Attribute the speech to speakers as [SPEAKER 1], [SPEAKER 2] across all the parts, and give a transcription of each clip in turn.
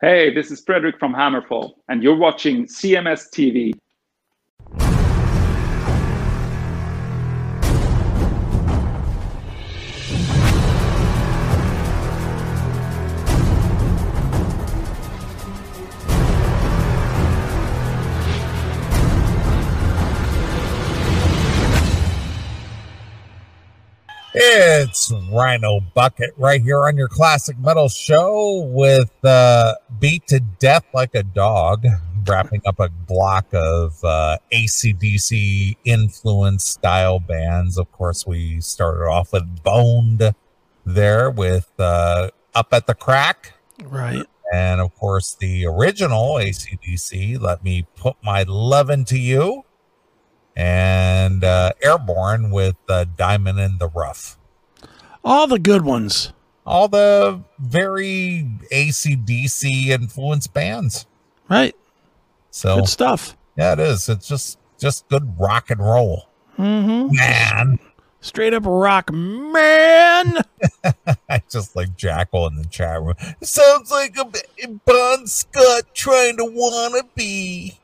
[SPEAKER 1] Hey, this is Fredrik from Hammerfall, and you're watching CMS TV.
[SPEAKER 2] It's Rhino Bucket right here on your classic metal show with uh, Beat to Death Like a Dog, wrapping up a block of uh, ACDC influence style bands. Of course, we started off with Boned there with uh, Up at the Crack.
[SPEAKER 3] Right.
[SPEAKER 2] And of course, the original ACDC, Let Me Put My Love Into You, and uh, Airborne with uh, Diamond in the Rough.
[SPEAKER 3] All the good ones.
[SPEAKER 2] All the very ACDC influenced bands.
[SPEAKER 3] Right.
[SPEAKER 2] So,
[SPEAKER 3] Good stuff.
[SPEAKER 2] yeah, it is. It's just just good rock and roll.
[SPEAKER 3] Mm-hmm.
[SPEAKER 2] Man,
[SPEAKER 3] Straight up rock, man.
[SPEAKER 2] I just like Jackal in the chat room. Sounds like a b- Bon Scott trying to wanna be.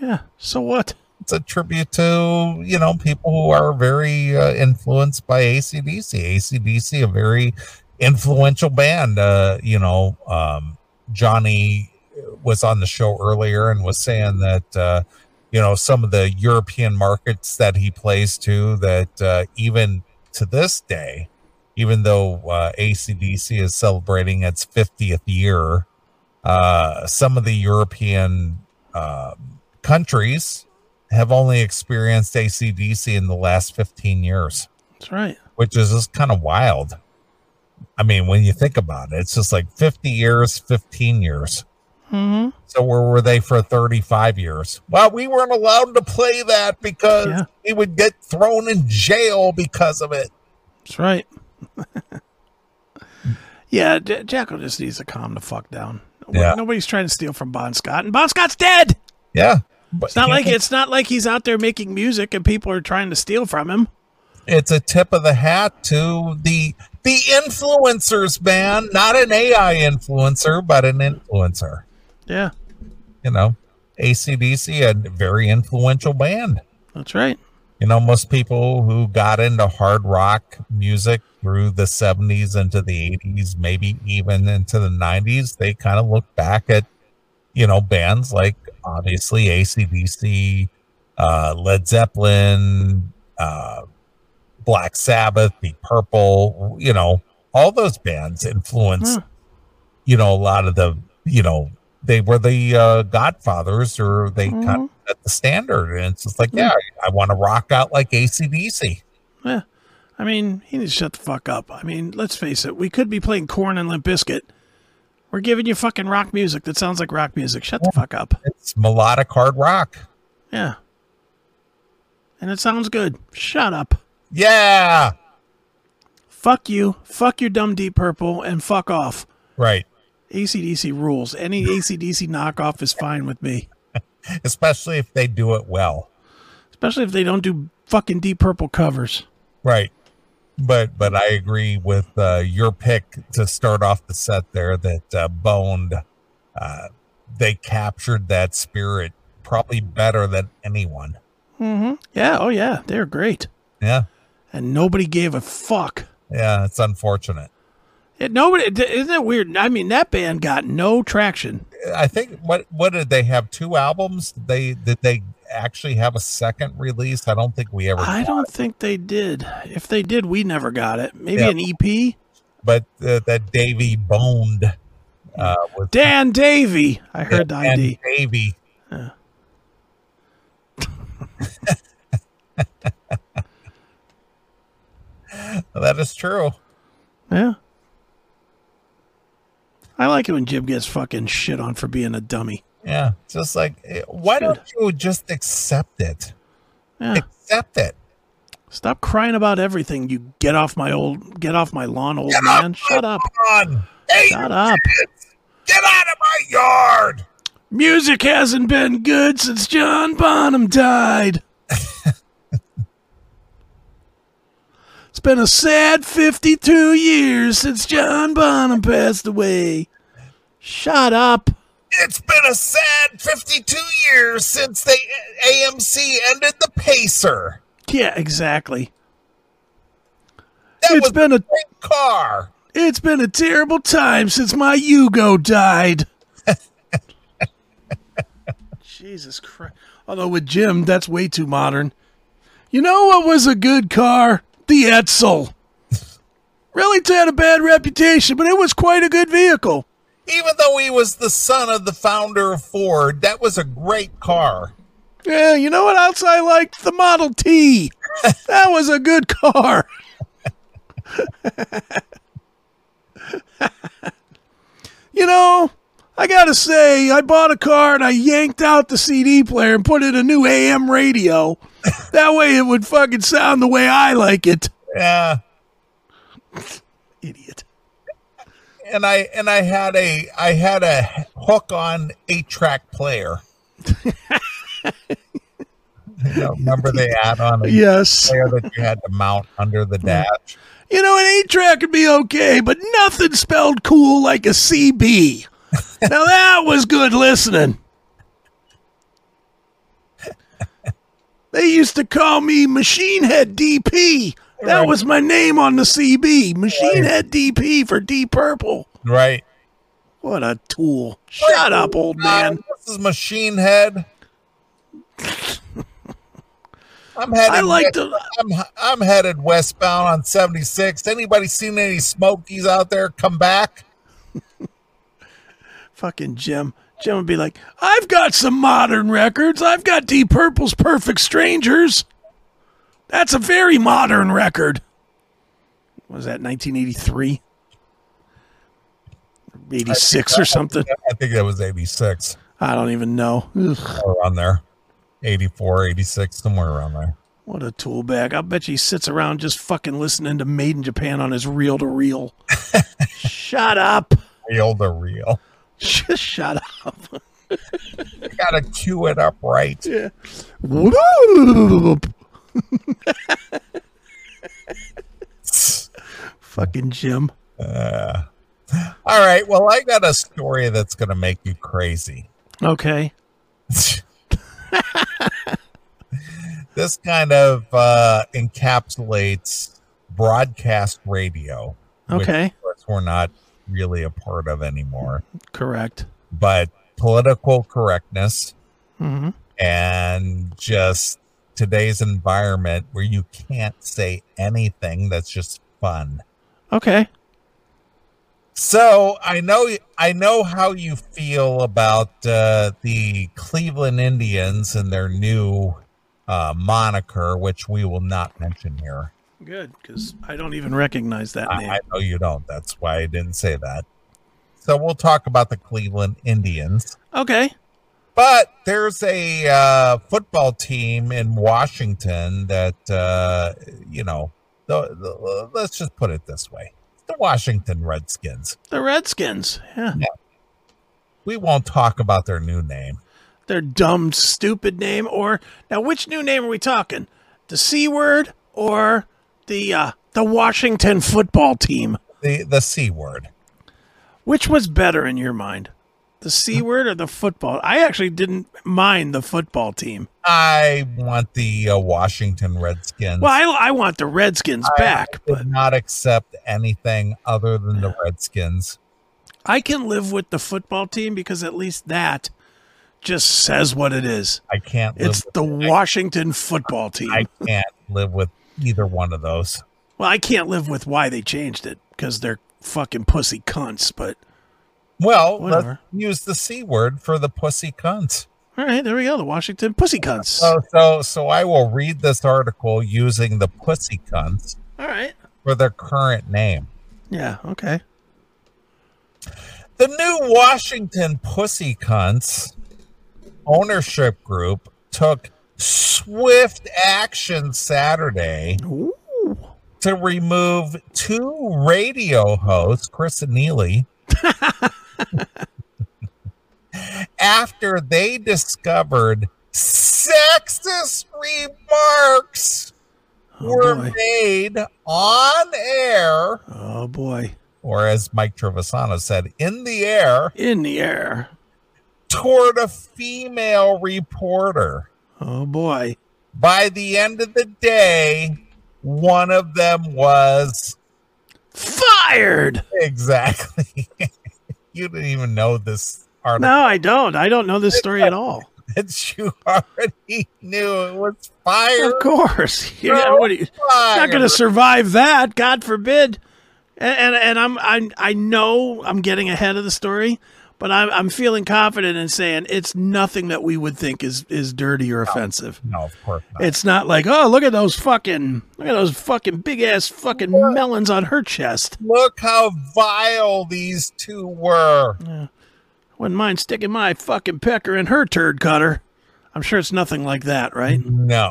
[SPEAKER 3] yeah. So what?
[SPEAKER 2] it's a tribute to you know people who are very uh, influenced by acdc acdc a very influential band uh you know um johnny was on the show earlier and was saying that uh you know some of the european markets that he plays to that uh even to this day even though uh acdc is celebrating its 50th year uh some of the european uh countries have only experienced ACDC in the last 15 years,
[SPEAKER 3] That's right.
[SPEAKER 2] which is just kind of wild. I mean, when you think about it, it's just like 50 years, 15 years.
[SPEAKER 3] Mm-hmm.
[SPEAKER 2] So where were they for 35 years? Well, we weren't allowed to play that because
[SPEAKER 3] Yeah.
[SPEAKER 2] we would get thrown in jail because of it.
[SPEAKER 3] That's right. yeah, J- Jacko just needs to calm the fuck down.
[SPEAKER 2] Yeah.
[SPEAKER 3] Nobody's trying to steal from Bon Scott, and Bon Scott's dead.
[SPEAKER 2] Yeah. But
[SPEAKER 3] It's not like it's not like he's out there making music and people are trying to steal from him.
[SPEAKER 2] it's a tip of the hat to the the influencers, man. Not an AI influencer, but an influencer.
[SPEAKER 3] Yeah,
[SPEAKER 2] you know, ACDC, a very influential band.
[SPEAKER 3] that's right.
[SPEAKER 2] You know, most people who got into hard rock music through the 70s into the 80s, maybe even into the 90s, they kind of look back at, you know, bands like obviously ACDC, uh, Led Zeppelin, uh, Black Sabbath, Deep Purple, you know, all those bands influenced,
[SPEAKER 3] Yeah.
[SPEAKER 2] you know, a lot of the, you know, they were the uh, godfathers or they kind
[SPEAKER 3] Mhm.
[SPEAKER 2] of set the standard. And it's just like,
[SPEAKER 3] Yeah.
[SPEAKER 2] yeah, I, I want to rock out like ACDC.
[SPEAKER 3] I mean, he needs to shut the fuck up. I mean, let's face it, we could be playing corn and Limp Bizkit. We're giving you fucking rock music that sounds like rock music. Shut the fuck up.
[SPEAKER 2] It's melodic hard rock.
[SPEAKER 3] Yeah. And it sounds good. Shut up.
[SPEAKER 2] Yeah.
[SPEAKER 3] Fuck you. Fuck your dumb Deep Purple and fuck off.
[SPEAKER 2] Right.
[SPEAKER 3] ACDC rules. Any ACDC knockoff is fine with me.
[SPEAKER 2] Especially if they do it well.
[SPEAKER 3] Especially if they don't do fucking Deep Purple covers.
[SPEAKER 2] Right. But but I agree with uh, your pick to start off the set there that uh, Boned, uh, they captured that spirit probably better than anyone.
[SPEAKER 3] Mm-hmm. Yeah. Oh, yeah. They're great.
[SPEAKER 2] Yeah.
[SPEAKER 3] And nobody gave a fuck.
[SPEAKER 2] Yeah. It's unfortunate.
[SPEAKER 3] It, nobody. Isn't it weird? I mean, that band got no traction.
[SPEAKER 2] I think what what did they have two albums? Did they did they actually have a second release? I don't think we ever.
[SPEAKER 3] I
[SPEAKER 2] got
[SPEAKER 3] don't
[SPEAKER 2] it.
[SPEAKER 3] think they did. If they did, we never got it. Maybe
[SPEAKER 2] Yeah.
[SPEAKER 3] an E EP.
[SPEAKER 2] But uh, that Davy boned. Uh, with
[SPEAKER 3] Dan Davey. I heard the
[SPEAKER 2] and
[SPEAKER 3] ID.
[SPEAKER 2] Davey. that is true.
[SPEAKER 3] Yeah. I like it when Jim gets fucking shit on for being a dummy.
[SPEAKER 2] Yeah, just like eh, why
[SPEAKER 3] Should.
[SPEAKER 2] don't you just accept it?
[SPEAKER 3] Yeah.
[SPEAKER 2] Accept it.
[SPEAKER 3] Stop crying about everything. You get off my old get off my lawn, old
[SPEAKER 2] Get off
[SPEAKER 3] man. Shut up.
[SPEAKER 2] On. Hey,
[SPEAKER 3] Shut up.
[SPEAKER 2] get out of my yard.
[SPEAKER 3] Music hasn't been good since John Bonham died. it's been a sad 52 years since John Bonham passed away. Shut up.
[SPEAKER 2] It's been a sad 52 years since the AMC ended the Pacer.
[SPEAKER 3] Yeah, exactly.
[SPEAKER 2] That
[SPEAKER 3] It's
[SPEAKER 2] was
[SPEAKER 3] been a
[SPEAKER 2] a car.
[SPEAKER 3] it's been a terrible time since my Hugo died. Jesus Christ. Although with Jim, that's way too modern. You know what was a good car? The Edsel. really it's had a bad reputation, but it was quite a good vehicle.
[SPEAKER 2] Even though he was the son of the founder of Ford, that was a great car.
[SPEAKER 3] Yeah, you know what else I liked? The Model T. That was a good car. you know, I gotta say, I bought a car and I yanked out the CD player and put in a new AM radio. That way it would fucking sound the way I like it.
[SPEAKER 2] Yeah.
[SPEAKER 3] Idiot.
[SPEAKER 2] and I and I had a I had a hook on eight track player. You know, remember they had on a
[SPEAKER 3] Yes.
[SPEAKER 2] player that you had to mount under the dash.
[SPEAKER 3] You know, an 8 track would be okay, but nothing spelled cool like a CB. now that was good listening. They used to call me Machine Head DP. That
[SPEAKER 2] Right.
[SPEAKER 3] was my name on the CB. Machine Head DP for Deep Purple.
[SPEAKER 2] Right.
[SPEAKER 3] What a tool. Shut up, old
[SPEAKER 2] Um,
[SPEAKER 3] man.
[SPEAKER 2] this is Machine Head. I'm headed
[SPEAKER 3] I
[SPEAKER 2] west-
[SPEAKER 3] like to.
[SPEAKER 2] I'm I'm headed westbound on 76. Anybody seen any smokies out there? Come back.
[SPEAKER 3] Fucking Jim. Jim would be like, I've got some modern records. I've got Deep Purple's Perfect Strangers. That's a very modern record. What was that 1983? 86 or something?
[SPEAKER 2] I think that was 86
[SPEAKER 3] I don't even know. Ugh,
[SPEAKER 2] or around there. 84, 86, somewhere around there.
[SPEAKER 3] what a tool bag. I bet you he sits around just fucking listening to Made in Japan on his reel to reel. Shut up.
[SPEAKER 2] Real to real.
[SPEAKER 3] Just shut up.
[SPEAKER 2] gotta cue it up right.
[SPEAKER 3] Yeah. Fucking Jim.
[SPEAKER 2] Uh, all right. Well, I got a story that's gonna make you crazy.
[SPEAKER 3] Okay.
[SPEAKER 2] this kind of uh, encapsulates broadcast radio. which,
[SPEAKER 3] Okay.
[SPEAKER 2] of course, we're not really a part of anymore,
[SPEAKER 3] Correct.
[SPEAKER 2] but political correctness
[SPEAKER 3] Mm-hmm.
[SPEAKER 2] and just today's environment where you can't say anything that's just fun.
[SPEAKER 3] Okay.
[SPEAKER 2] So I know I know how you feel about uh, the Cleveland Indians and their new uh, moniker, which we will not mention here.
[SPEAKER 3] Good, because I don't even recognize that name.
[SPEAKER 2] I, I know you don't. That's why I didn't say that. So we'll talk about the Cleveland Indians.
[SPEAKER 3] okay.
[SPEAKER 2] But there's a uh, football team in Washington that uh, you know. The, the, let's just put it this way: the Washington Redskins.
[SPEAKER 3] The Redskins. Yeah.
[SPEAKER 2] We won't talk about their new name.
[SPEAKER 3] Their dumb, stupid name. Or now, which new name are we talking? The C word or the uh, the Washington football team?
[SPEAKER 2] the the c word
[SPEAKER 3] Which was better in your mind? The C word or the football? I actually didn't mind the football team.
[SPEAKER 2] i want the uh, washington redskins
[SPEAKER 3] Well, I, I want the Redskins back,
[SPEAKER 2] I
[SPEAKER 3] but
[SPEAKER 2] did not accept anything other than the redskins
[SPEAKER 3] I can live with the football team because at least that just says what it is.
[SPEAKER 2] i can't live
[SPEAKER 3] It's
[SPEAKER 2] with,
[SPEAKER 3] the Washington football team.
[SPEAKER 2] i can't live with either one of those
[SPEAKER 3] well, I can't live with why they changed it because they're fucking pussy cunts. But
[SPEAKER 2] well
[SPEAKER 3] Whatever.
[SPEAKER 2] let's use the c word for the pussy cunts
[SPEAKER 3] all right, there we go. The Washington pussy cunts.
[SPEAKER 2] so so so i will read this article using the pussy cunts
[SPEAKER 3] all right.
[SPEAKER 2] for their current name
[SPEAKER 3] Yeah. Okay.
[SPEAKER 2] The new Washington Pussy Cunts ownership group took swift action Saturday
[SPEAKER 3] Ooh. Oh,
[SPEAKER 2] to remove two radio hosts, Chris and Neely, after they discovered sexist remarks were
[SPEAKER 3] Oh boy.
[SPEAKER 2] made on air,
[SPEAKER 3] Oh boy.
[SPEAKER 2] or as Mike Trevisano said, in the air.
[SPEAKER 3] In the air.
[SPEAKER 2] toward a female reporter.
[SPEAKER 3] Oh boy.
[SPEAKER 2] By the end of the day, one of them was
[SPEAKER 3] Fired.
[SPEAKER 2] exactly. you didn't even know this article.
[SPEAKER 3] No, I don't. I don't know this story at all.
[SPEAKER 2] that you already knew it was fire.
[SPEAKER 3] Of course. Yeah. What are you?
[SPEAKER 2] fire.
[SPEAKER 3] not going to survive that. God forbid. And and, and I'm, I'm I know I'm getting ahead of the story, but I'm I'm feeling confident in saying it's nothing that we would think is is dirty or offensive.
[SPEAKER 2] No, of course not.
[SPEAKER 3] It's not like oh look at those fucking look at those fucking big ass fucking melons on her chest.
[SPEAKER 2] Look how vile these two were.
[SPEAKER 3] Wouldn't mind sticking my fucking pecker in her turd cutter. I'm sure it's nothing like that, right?
[SPEAKER 2] No,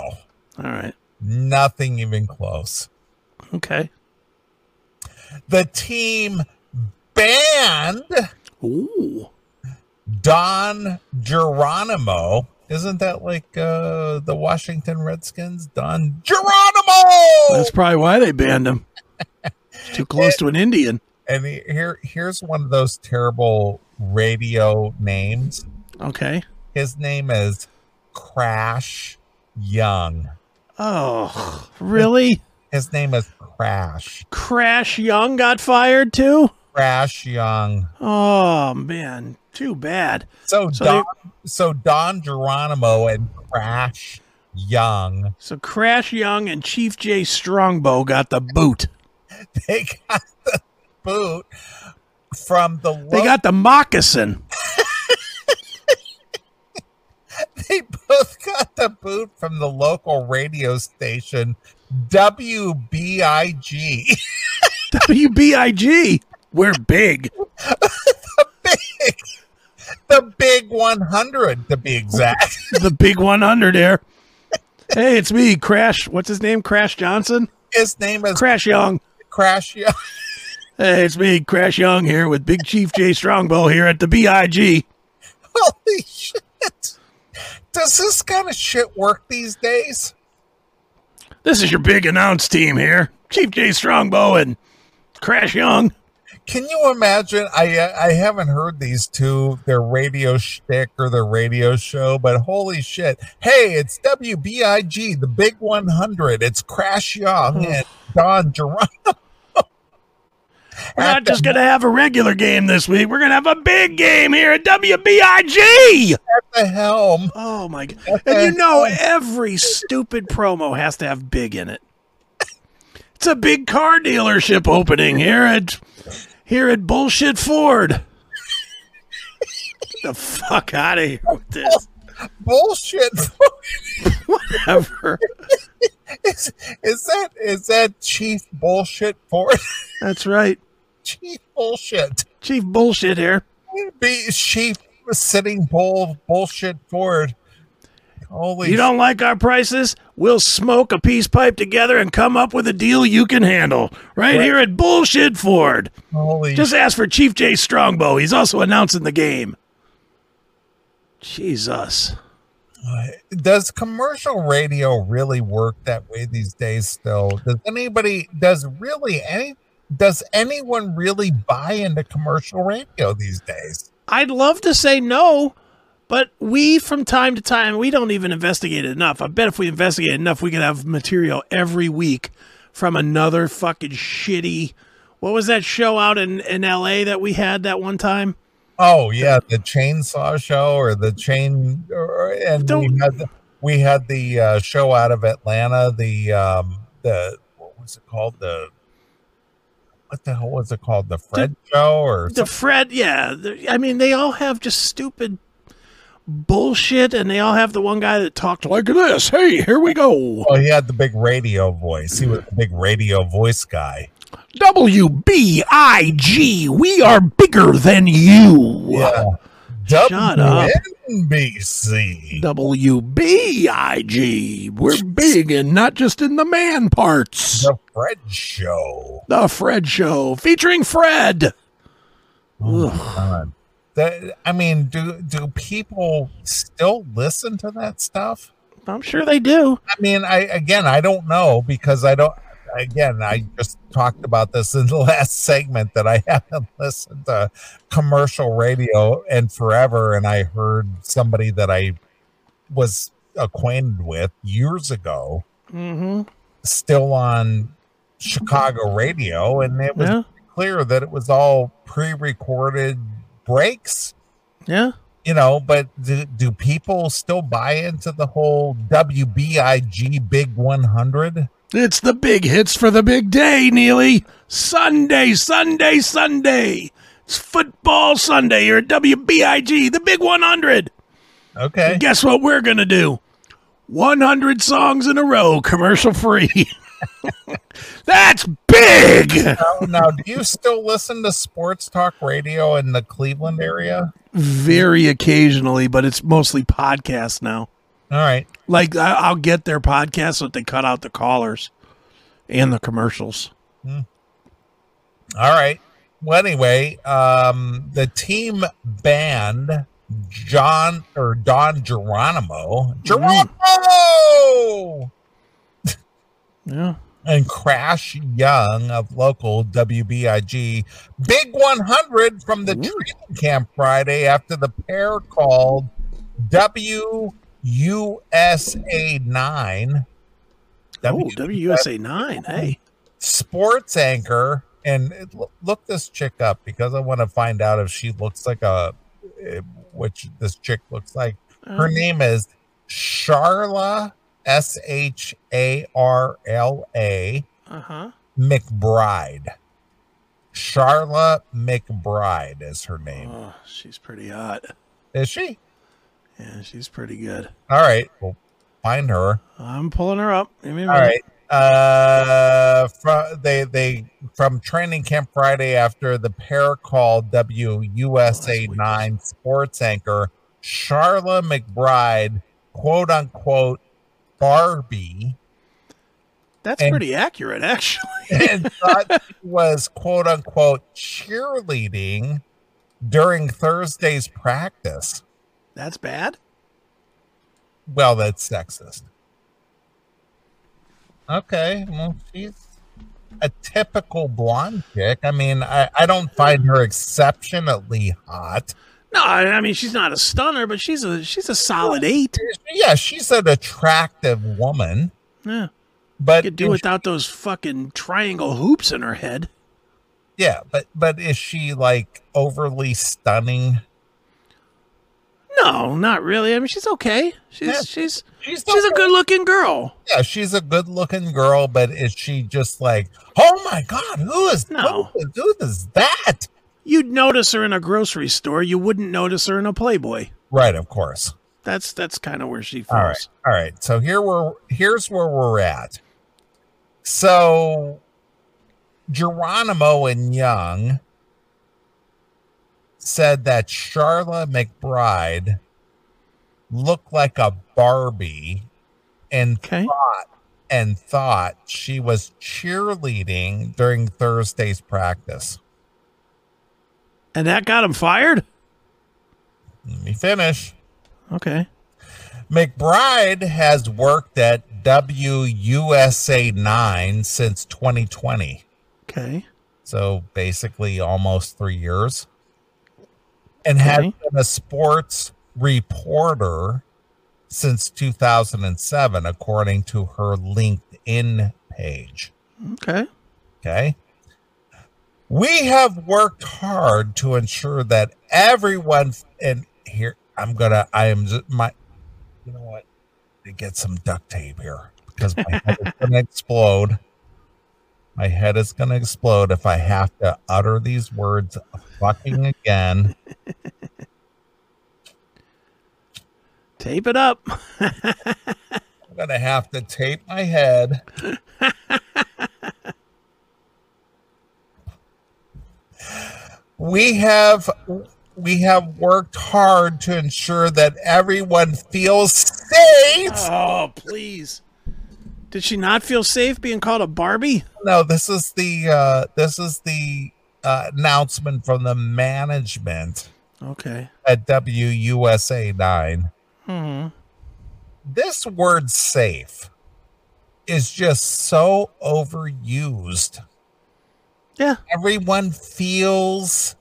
[SPEAKER 3] All right.
[SPEAKER 2] nothing even close.
[SPEAKER 3] Okay.
[SPEAKER 2] The team banned
[SPEAKER 3] Ooh.
[SPEAKER 2] Don Geronimo. Isn't that like uh, the Washington Redskins? Don Geronimo.
[SPEAKER 3] That's probably why they banned him. It's too close to an Indian.
[SPEAKER 2] And he- here, here's one of those terrible radio names.
[SPEAKER 3] Okay.
[SPEAKER 2] His name is Crash Young.
[SPEAKER 3] Oh, really?
[SPEAKER 2] His name is Crash.
[SPEAKER 3] Crash Young got fired too?
[SPEAKER 2] Crash Young.
[SPEAKER 3] Oh, man. Too bad.
[SPEAKER 2] So,
[SPEAKER 3] So
[SPEAKER 2] Don, so Don Geronimo and Crash Young,
[SPEAKER 3] So Crash Young and Chief J Strongbow got the boot.
[SPEAKER 2] they got the boot from the
[SPEAKER 3] They
[SPEAKER 2] lo-
[SPEAKER 3] got the moccasin.
[SPEAKER 2] they both got the boot from the local radio station WBIG.
[SPEAKER 3] WBIG. We're big.
[SPEAKER 2] the big 100 to be exact.
[SPEAKER 3] The big 100 there. Hey, it's me, Crash. What's his name? Crash Johnson?
[SPEAKER 2] His name is
[SPEAKER 3] Crash Young.
[SPEAKER 2] Crash Young.
[SPEAKER 3] Hey, it's me, Crash Young here with Big Chief J Strongbow here at the BIG.
[SPEAKER 2] Holy shit. Does this kind of shit work these days?
[SPEAKER 3] This is your big announce team here. Chief J Strongbow and Crash Young.
[SPEAKER 2] Can you imagine? I I haven't heard these two, their radio shtick or their radio show, but holy shit! Hey, it's WBIG, the Big One Hundred. It's Crash Young and Don Geronimo.
[SPEAKER 3] We're
[SPEAKER 2] At
[SPEAKER 3] not
[SPEAKER 2] the-
[SPEAKER 3] just going to have a regular game this week. We're going to have a big game here at WBIG.
[SPEAKER 2] at the helm.
[SPEAKER 3] Oh, my God. And you know, every stupid promo has to have big in it. It's a big car dealership opening here at here at Bullshit Ford. Get the fuck out of here with this.
[SPEAKER 2] Bullshit.
[SPEAKER 3] Whatever.
[SPEAKER 2] is, is that is that Chief Bullshit for
[SPEAKER 3] That's right.
[SPEAKER 2] Chief Bullshit?
[SPEAKER 3] Chief Bullshit here.
[SPEAKER 2] Be Chief Sitting Bull Bullshit Ford. Holy
[SPEAKER 3] You don't like our prices? We'll smoke a peace pipe together and come up with a deal you can handle. Right, here at Bullshit Ford.
[SPEAKER 2] holy
[SPEAKER 3] Just ask for Chief J Strongbow. He's also announcing the game. Jesus.
[SPEAKER 2] does commercial radio really work that way these days still does anybody does really any does anyone really buy into commercial radio these days
[SPEAKER 3] I'd love to say no, but we from time to time we don't even investigate it enough. I bet if we investigate enough, we could have material every week from another fucking shitty. What was that show out in, in L.A. that we had that one time?
[SPEAKER 2] oh yeah the chainsaw show or the chain or, and we
[SPEAKER 3] Don't-
[SPEAKER 2] had the, we had the uh, show out of atlanta the um the what was it called the what the hell was it called the fred show or
[SPEAKER 3] the Fred, yeah. the- I mean, they all have just stupid bullshit, and they all have the one guy that talked like this. Hey, here we go.
[SPEAKER 2] Oh, he had the big radio voice. He
[SPEAKER 3] Mm.
[SPEAKER 2] was the big radio voice guy.
[SPEAKER 3] W B I G. We are bigger than you. Shut up.
[SPEAKER 2] WNBC.
[SPEAKER 3] W B I G. We're big and not just in the man parts.
[SPEAKER 2] The Fred Show.
[SPEAKER 3] The Fred Show featuring Fred. Ugh.
[SPEAKER 2] Oh God. That- I mean, do do people still listen to that stuff?
[SPEAKER 3] I'm sure they do.
[SPEAKER 2] I mean, I again, I don't know because I don't. again, I just talked about this in the last segment that I haven't listened to commercial radio in forever. And I heard somebody that I was acquainted with years ago
[SPEAKER 3] Mm-hmm.
[SPEAKER 2] still on Chicago radio. And it was
[SPEAKER 3] Yeah.
[SPEAKER 2] clear that it was all pre recorded breaks
[SPEAKER 3] Yeah.
[SPEAKER 2] you know, but do, do people still buy into the whole WBIG Big 100?
[SPEAKER 3] It's the big hits for the big day, Neely. Sunday, Sunday, Sunday. It's football Sunday here at WBIG, the big 100.
[SPEAKER 2] Okay.
[SPEAKER 3] And guess what we're going to do? 100 songs in a row, commercial free. That's big.
[SPEAKER 2] Now, now, do you still listen to sports talk radio in the Cleveland area?
[SPEAKER 3] Very occasionally, but it's mostly podcasts now.
[SPEAKER 2] All right.
[SPEAKER 3] Like, I- I'll get their podcasts, but they cut out the callers and the commercials.
[SPEAKER 2] All right. Well, anyway, um, the team band John or Don Geronimo, Geronimo,
[SPEAKER 3] Yeah.
[SPEAKER 2] and Crash Young of local WBIG Big 100 from the training camp Friday after the pair called WUSA 9
[SPEAKER 3] Oh, WUSA 9. Hey.
[SPEAKER 2] sports anchor and it- lo- look this chick up because I want to find out if she looks like a eh, which this chick looks like. Her
[SPEAKER 3] Mm-hmm.
[SPEAKER 2] name is Charla S H A R L A
[SPEAKER 3] Uh huh.
[SPEAKER 2] McBride. Charla McBride is her name.
[SPEAKER 3] Oh, she's pretty hot.
[SPEAKER 2] Is she?
[SPEAKER 3] Yeah, she's pretty good.
[SPEAKER 2] All right, we'll find her.
[SPEAKER 3] I'm pulling her up. Give me a
[SPEAKER 2] All
[SPEAKER 3] minute.
[SPEAKER 2] right. Uh, from they they from training camp Friday after the pair called WUSA
[SPEAKER 3] weird.
[SPEAKER 2] nine sports anchor Charla McBride, quote unquote Barbie,
[SPEAKER 3] That's
[SPEAKER 2] And-
[SPEAKER 3] pretty accurate, actually.
[SPEAKER 2] and thought she was quote unquote cheerleading during Thursday's practice.
[SPEAKER 3] That's bad.
[SPEAKER 2] Well, that's sexist. Okay, well, she's a typical blonde chick. I mean, I, I don't find her exceptionally hot.
[SPEAKER 3] No, I I mean she's not a stunner, but she's a she's a solid eight.
[SPEAKER 2] Yeah, she's an attractive woman,
[SPEAKER 3] Yeah,
[SPEAKER 2] but
[SPEAKER 3] could do without those fucking triangle hoops in her head.
[SPEAKER 2] yeah, but but is she like overly stunning?
[SPEAKER 3] No, not really. I mean she's okay. She's
[SPEAKER 2] Yeah.
[SPEAKER 3] she's
[SPEAKER 2] She's
[SPEAKER 3] she's a
[SPEAKER 2] okay.
[SPEAKER 3] good looking girl.
[SPEAKER 2] yeah, she's a good looking girl, but is she just like, oh my god, who is
[SPEAKER 3] No.
[SPEAKER 2] who, who is that?
[SPEAKER 3] You'd notice her in a grocery store. You wouldn't notice her in a Playboy.
[SPEAKER 2] Right, of course.
[SPEAKER 3] That's that's kind of where she falls.
[SPEAKER 2] All right. All right. So here we're here's where we're at. So Geronimo and Young said that Charla McBride looked like a Barbie and
[SPEAKER 3] Okay.
[SPEAKER 2] and thought she was cheerleading during Thursday's practice.
[SPEAKER 3] And that got him fired.
[SPEAKER 2] Let me finish.
[SPEAKER 3] Okay.
[SPEAKER 2] McBride has worked at WUSA 9 since 2020.
[SPEAKER 3] Okay.
[SPEAKER 2] so basically almost three years, and has
[SPEAKER 3] Okay.
[SPEAKER 2] been a sports reporter since 2007, according to her LinkedIn page.
[SPEAKER 3] Okay.
[SPEAKER 2] Okay. We have worked hard to ensure that everyone, and here I'm gonna, I am just, my, you know what? To get some duct tape here because my head is gonna explode. My head is gonna explode if I have to utter these words fucking again.
[SPEAKER 3] Tape it up.
[SPEAKER 2] I'm gonna have to tape my head. we have we have worked hard to ensure that everyone feels safe.
[SPEAKER 3] Oh, please. Did she not feel safe being called a Barbie?
[SPEAKER 2] No, this is the uh, this is the uh, announcement from the management
[SPEAKER 3] Okay.
[SPEAKER 2] at WUSA nine.
[SPEAKER 3] Hmm.
[SPEAKER 2] This word "safe" is just so overused.
[SPEAKER 3] Yeah.
[SPEAKER 2] Everyone feels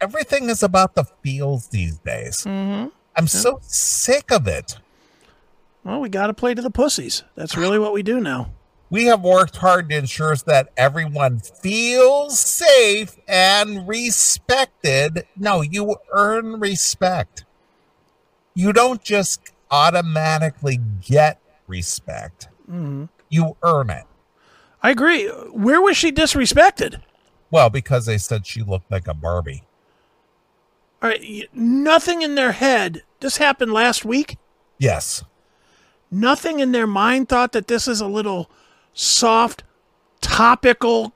[SPEAKER 2] everything is about the feels these days.
[SPEAKER 3] Mm-hmm.
[SPEAKER 2] I'm so sick of it.
[SPEAKER 3] Well, we got to play to the pussies. That's really what we do now.
[SPEAKER 2] We have worked hard to ensure that everyone feels safe and respected. No, you earn respect. You don't just automatically get respect.
[SPEAKER 3] Mm-hmm.
[SPEAKER 2] You earn it.
[SPEAKER 3] I agree. Where was she disrespected?
[SPEAKER 2] Well, because they said she looked like a Barbie.
[SPEAKER 3] All right, y- nothing in their head. This happened last week.
[SPEAKER 2] Yes.
[SPEAKER 3] Nothing in their mind thought that this is a little soft, topical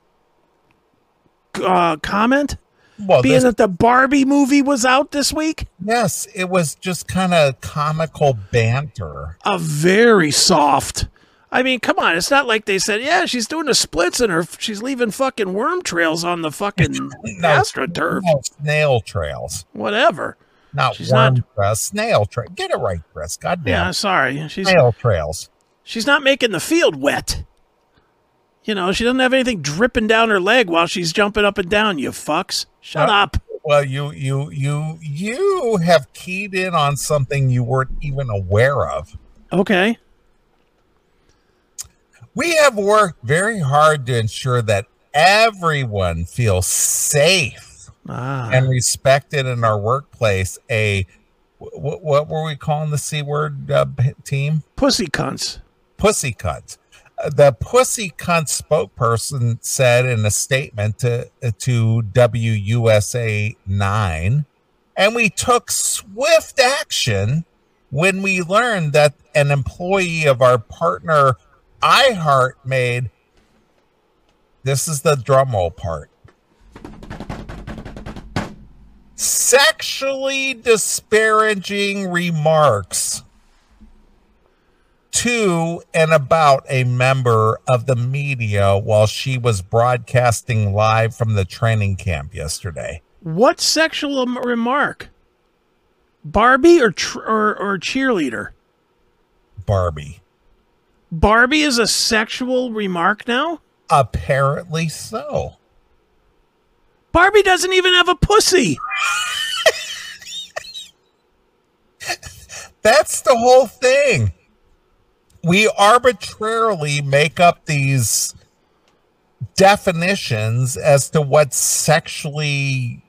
[SPEAKER 3] uh, comment.
[SPEAKER 2] Well,
[SPEAKER 3] being
[SPEAKER 2] this,
[SPEAKER 3] that the Barbie movie was out this week,
[SPEAKER 2] yes, it was just kind of comical banter.
[SPEAKER 3] a very soft. I mean, come on! It's not like they said, "Yeah, she's doing the splits and her she's leaving fucking worm trails on the fucking astroturf,
[SPEAKER 2] no, snail trails,
[SPEAKER 3] whatever."
[SPEAKER 2] not
[SPEAKER 3] She's
[SPEAKER 2] worm
[SPEAKER 3] not-
[SPEAKER 2] trails. Snail trail. Get it right, Chris.
[SPEAKER 3] Yeah,
[SPEAKER 2] Goddamn.
[SPEAKER 3] Uh, sorry, she's
[SPEAKER 2] Snail trails.
[SPEAKER 3] she's not making the field wet. You know, she doesn't have anything dripping down her leg while she's jumping up and down. You fucks, shut
[SPEAKER 2] Uh,
[SPEAKER 3] up!
[SPEAKER 2] Well, you you you you have keyed in on something you weren't even aware of.
[SPEAKER 3] Okay,
[SPEAKER 2] We have worked very hard to ensure that everyone feels safe
[SPEAKER 3] ah,
[SPEAKER 2] and respected in our workplace. A what, what were we calling the c word uh, p- team?
[SPEAKER 3] pussy cunts.
[SPEAKER 2] pussy cunt. Uh, The pussy cunt spokesperson said in a statement to uh, to WUSA nine, and we took swift action when we learned that an employee of our partner iHeart made. This is the drumroll part. Sexually disparaging remarks to and about a member of the media while she was broadcasting live from the training camp yesterday.
[SPEAKER 3] What sexual em- remark? Barbie or tr- or, or cheerleader?
[SPEAKER 2] Barbie.
[SPEAKER 3] Barbie is a sexual remark now?
[SPEAKER 2] Apparently so.
[SPEAKER 3] Barbie doesn't even have a pussy.
[SPEAKER 2] That's the whole thing. We arbitrarily make up these definitions as to what's sexually,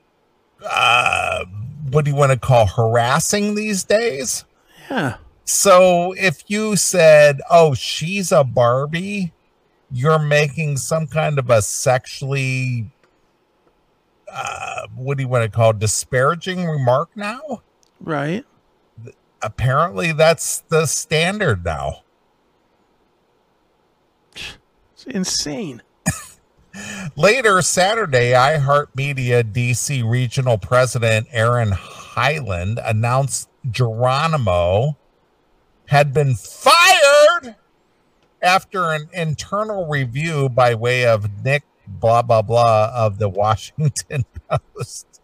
[SPEAKER 2] uh, what do you want to call harassing these days?
[SPEAKER 3] Yeah.
[SPEAKER 2] So if you said, "Oh, she's a Barbie," you're making some kind of a sexually uh what do you want to call it, disparaging remark now?
[SPEAKER 3] Right.
[SPEAKER 2] Apparently that's the standard now.
[SPEAKER 3] It's insane.
[SPEAKER 2] Later Saturday, iHeartMedia DC regional president Aaron Highland announced Geronimo had been fired after an internal review by way of Nick blah blah blah of the Washington Post.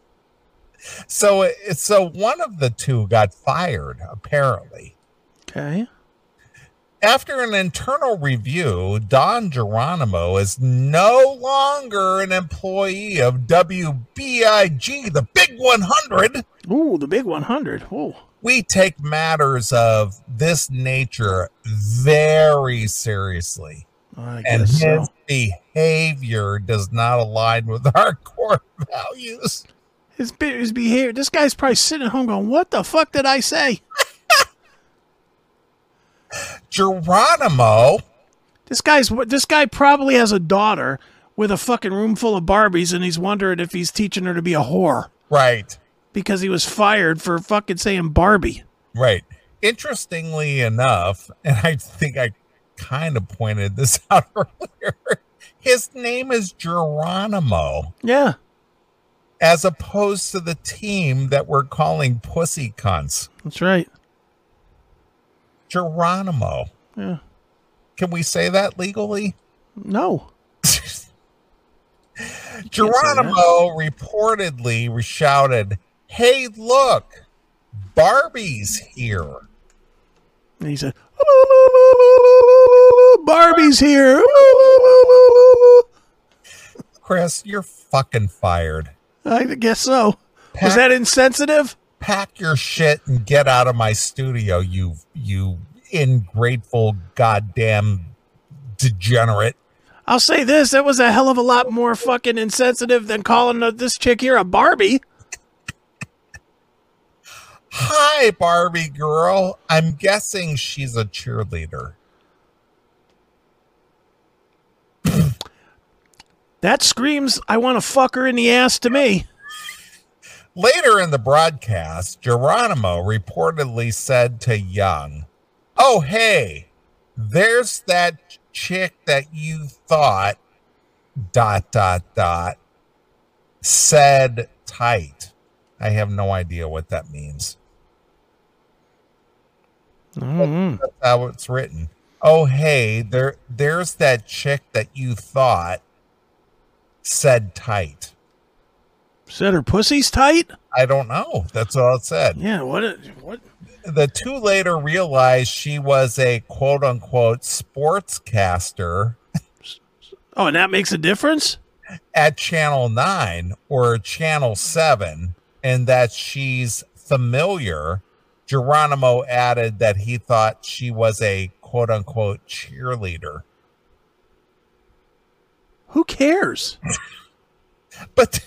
[SPEAKER 2] So it- so one of the two got fired apparently.
[SPEAKER 3] Okay.
[SPEAKER 2] After an internal review, Don Geronimo is no longer an employee of WBIG, the Big 100.
[SPEAKER 3] Ooh, the big 100. Oh.
[SPEAKER 2] We take matters of this nature very seriously,
[SPEAKER 3] I
[SPEAKER 2] and
[SPEAKER 3] guess so.
[SPEAKER 2] his behavior does not align with our core values.
[SPEAKER 3] His, be- his behavior. This guy's probably sitting at home going, What the fuck did I say?
[SPEAKER 2] Geronimo
[SPEAKER 3] This guy's this guy probably has a daughter with a fucking room full of Barbies and he's wondering if he's teaching her to be a whore
[SPEAKER 2] Right,
[SPEAKER 3] because he was fired for fucking saying Barbie.
[SPEAKER 2] right. Interestingly enough, and I think I kind of pointed this out earlier, his name is Geronimo,
[SPEAKER 3] Yeah.
[SPEAKER 2] as opposed to the team that we're calling pussy cunts.
[SPEAKER 3] That's right.
[SPEAKER 2] Geronimo.
[SPEAKER 3] Yeah.
[SPEAKER 2] Can we say that legally?
[SPEAKER 3] No.
[SPEAKER 2] Geronimo reportedly shouted, Hey, look, Barbie's here.
[SPEAKER 3] And he said, Barbie's here. Ooh, ooh, ooh, ooh, ooh,
[SPEAKER 2] Chris, you're fucking fired.
[SPEAKER 3] ooh. I guess so.
[SPEAKER 2] Pack,
[SPEAKER 3] Was that insensitive?
[SPEAKER 2] pack your shit and get out of my studio, you you ingrateful goddamn degenerate.
[SPEAKER 3] I'll say this: that was a hell of a lot more fucking insensitive than calling uh, this chick here a Barbie.
[SPEAKER 2] Hi, Barbie girl. I'm guessing she's a cheerleader.
[SPEAKER 3] That screams, "I want to fuck her in the ass" to me.
[SPEAKER 2] Later in the broadcast, Geronimo reportedly said to Young, Oh, hey, there's that chick that you thought, dot, dot, dot, said tight. I have no idea what that means.
[SPEAKER 3] Mm-hmm.
[SPEAKER 2] That's how it's written. Oh, hey, there, there's that chick that you thought said tight.
[SPEAKER 3] Said her pussy's tight.
[SPEAKER 2] I don't know. That's all it said.
[SPEAKER 3] Yeah. What? a- What?
[SPEAKER 2] the two later realized she was a quote unquote sportscaster
[SPEAKER 3] Oh, and that makes a difference.
[SPEAKER 2] at Channel 9 or Channel 7 and that she's familiar. Geronimo added that he thought she was a quote unquote cheerleader.
[SPEAKER 3] Who cares?
[SPEAKER 2] But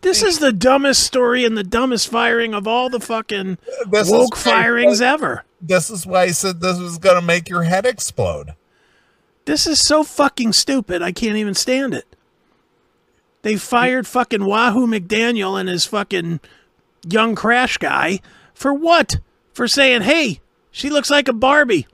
[SPEAKER 3] This is the dumbest story and the dumbest firing of all the fucking
[SPEAKER 2] this
[SPEAKER 3] woke
[SPEAKER 2] is why-
[SPEAKER 3] firings ever.
[SPEAKER 2] This is why I said this was going to make your head explode.
[SPEAKER 3] This is so fucking stupid. I can't even stand it. They fired fucking Wahoo McDaniel and his fucking young crash guy for what? For saying, hey, she looks like a Barbie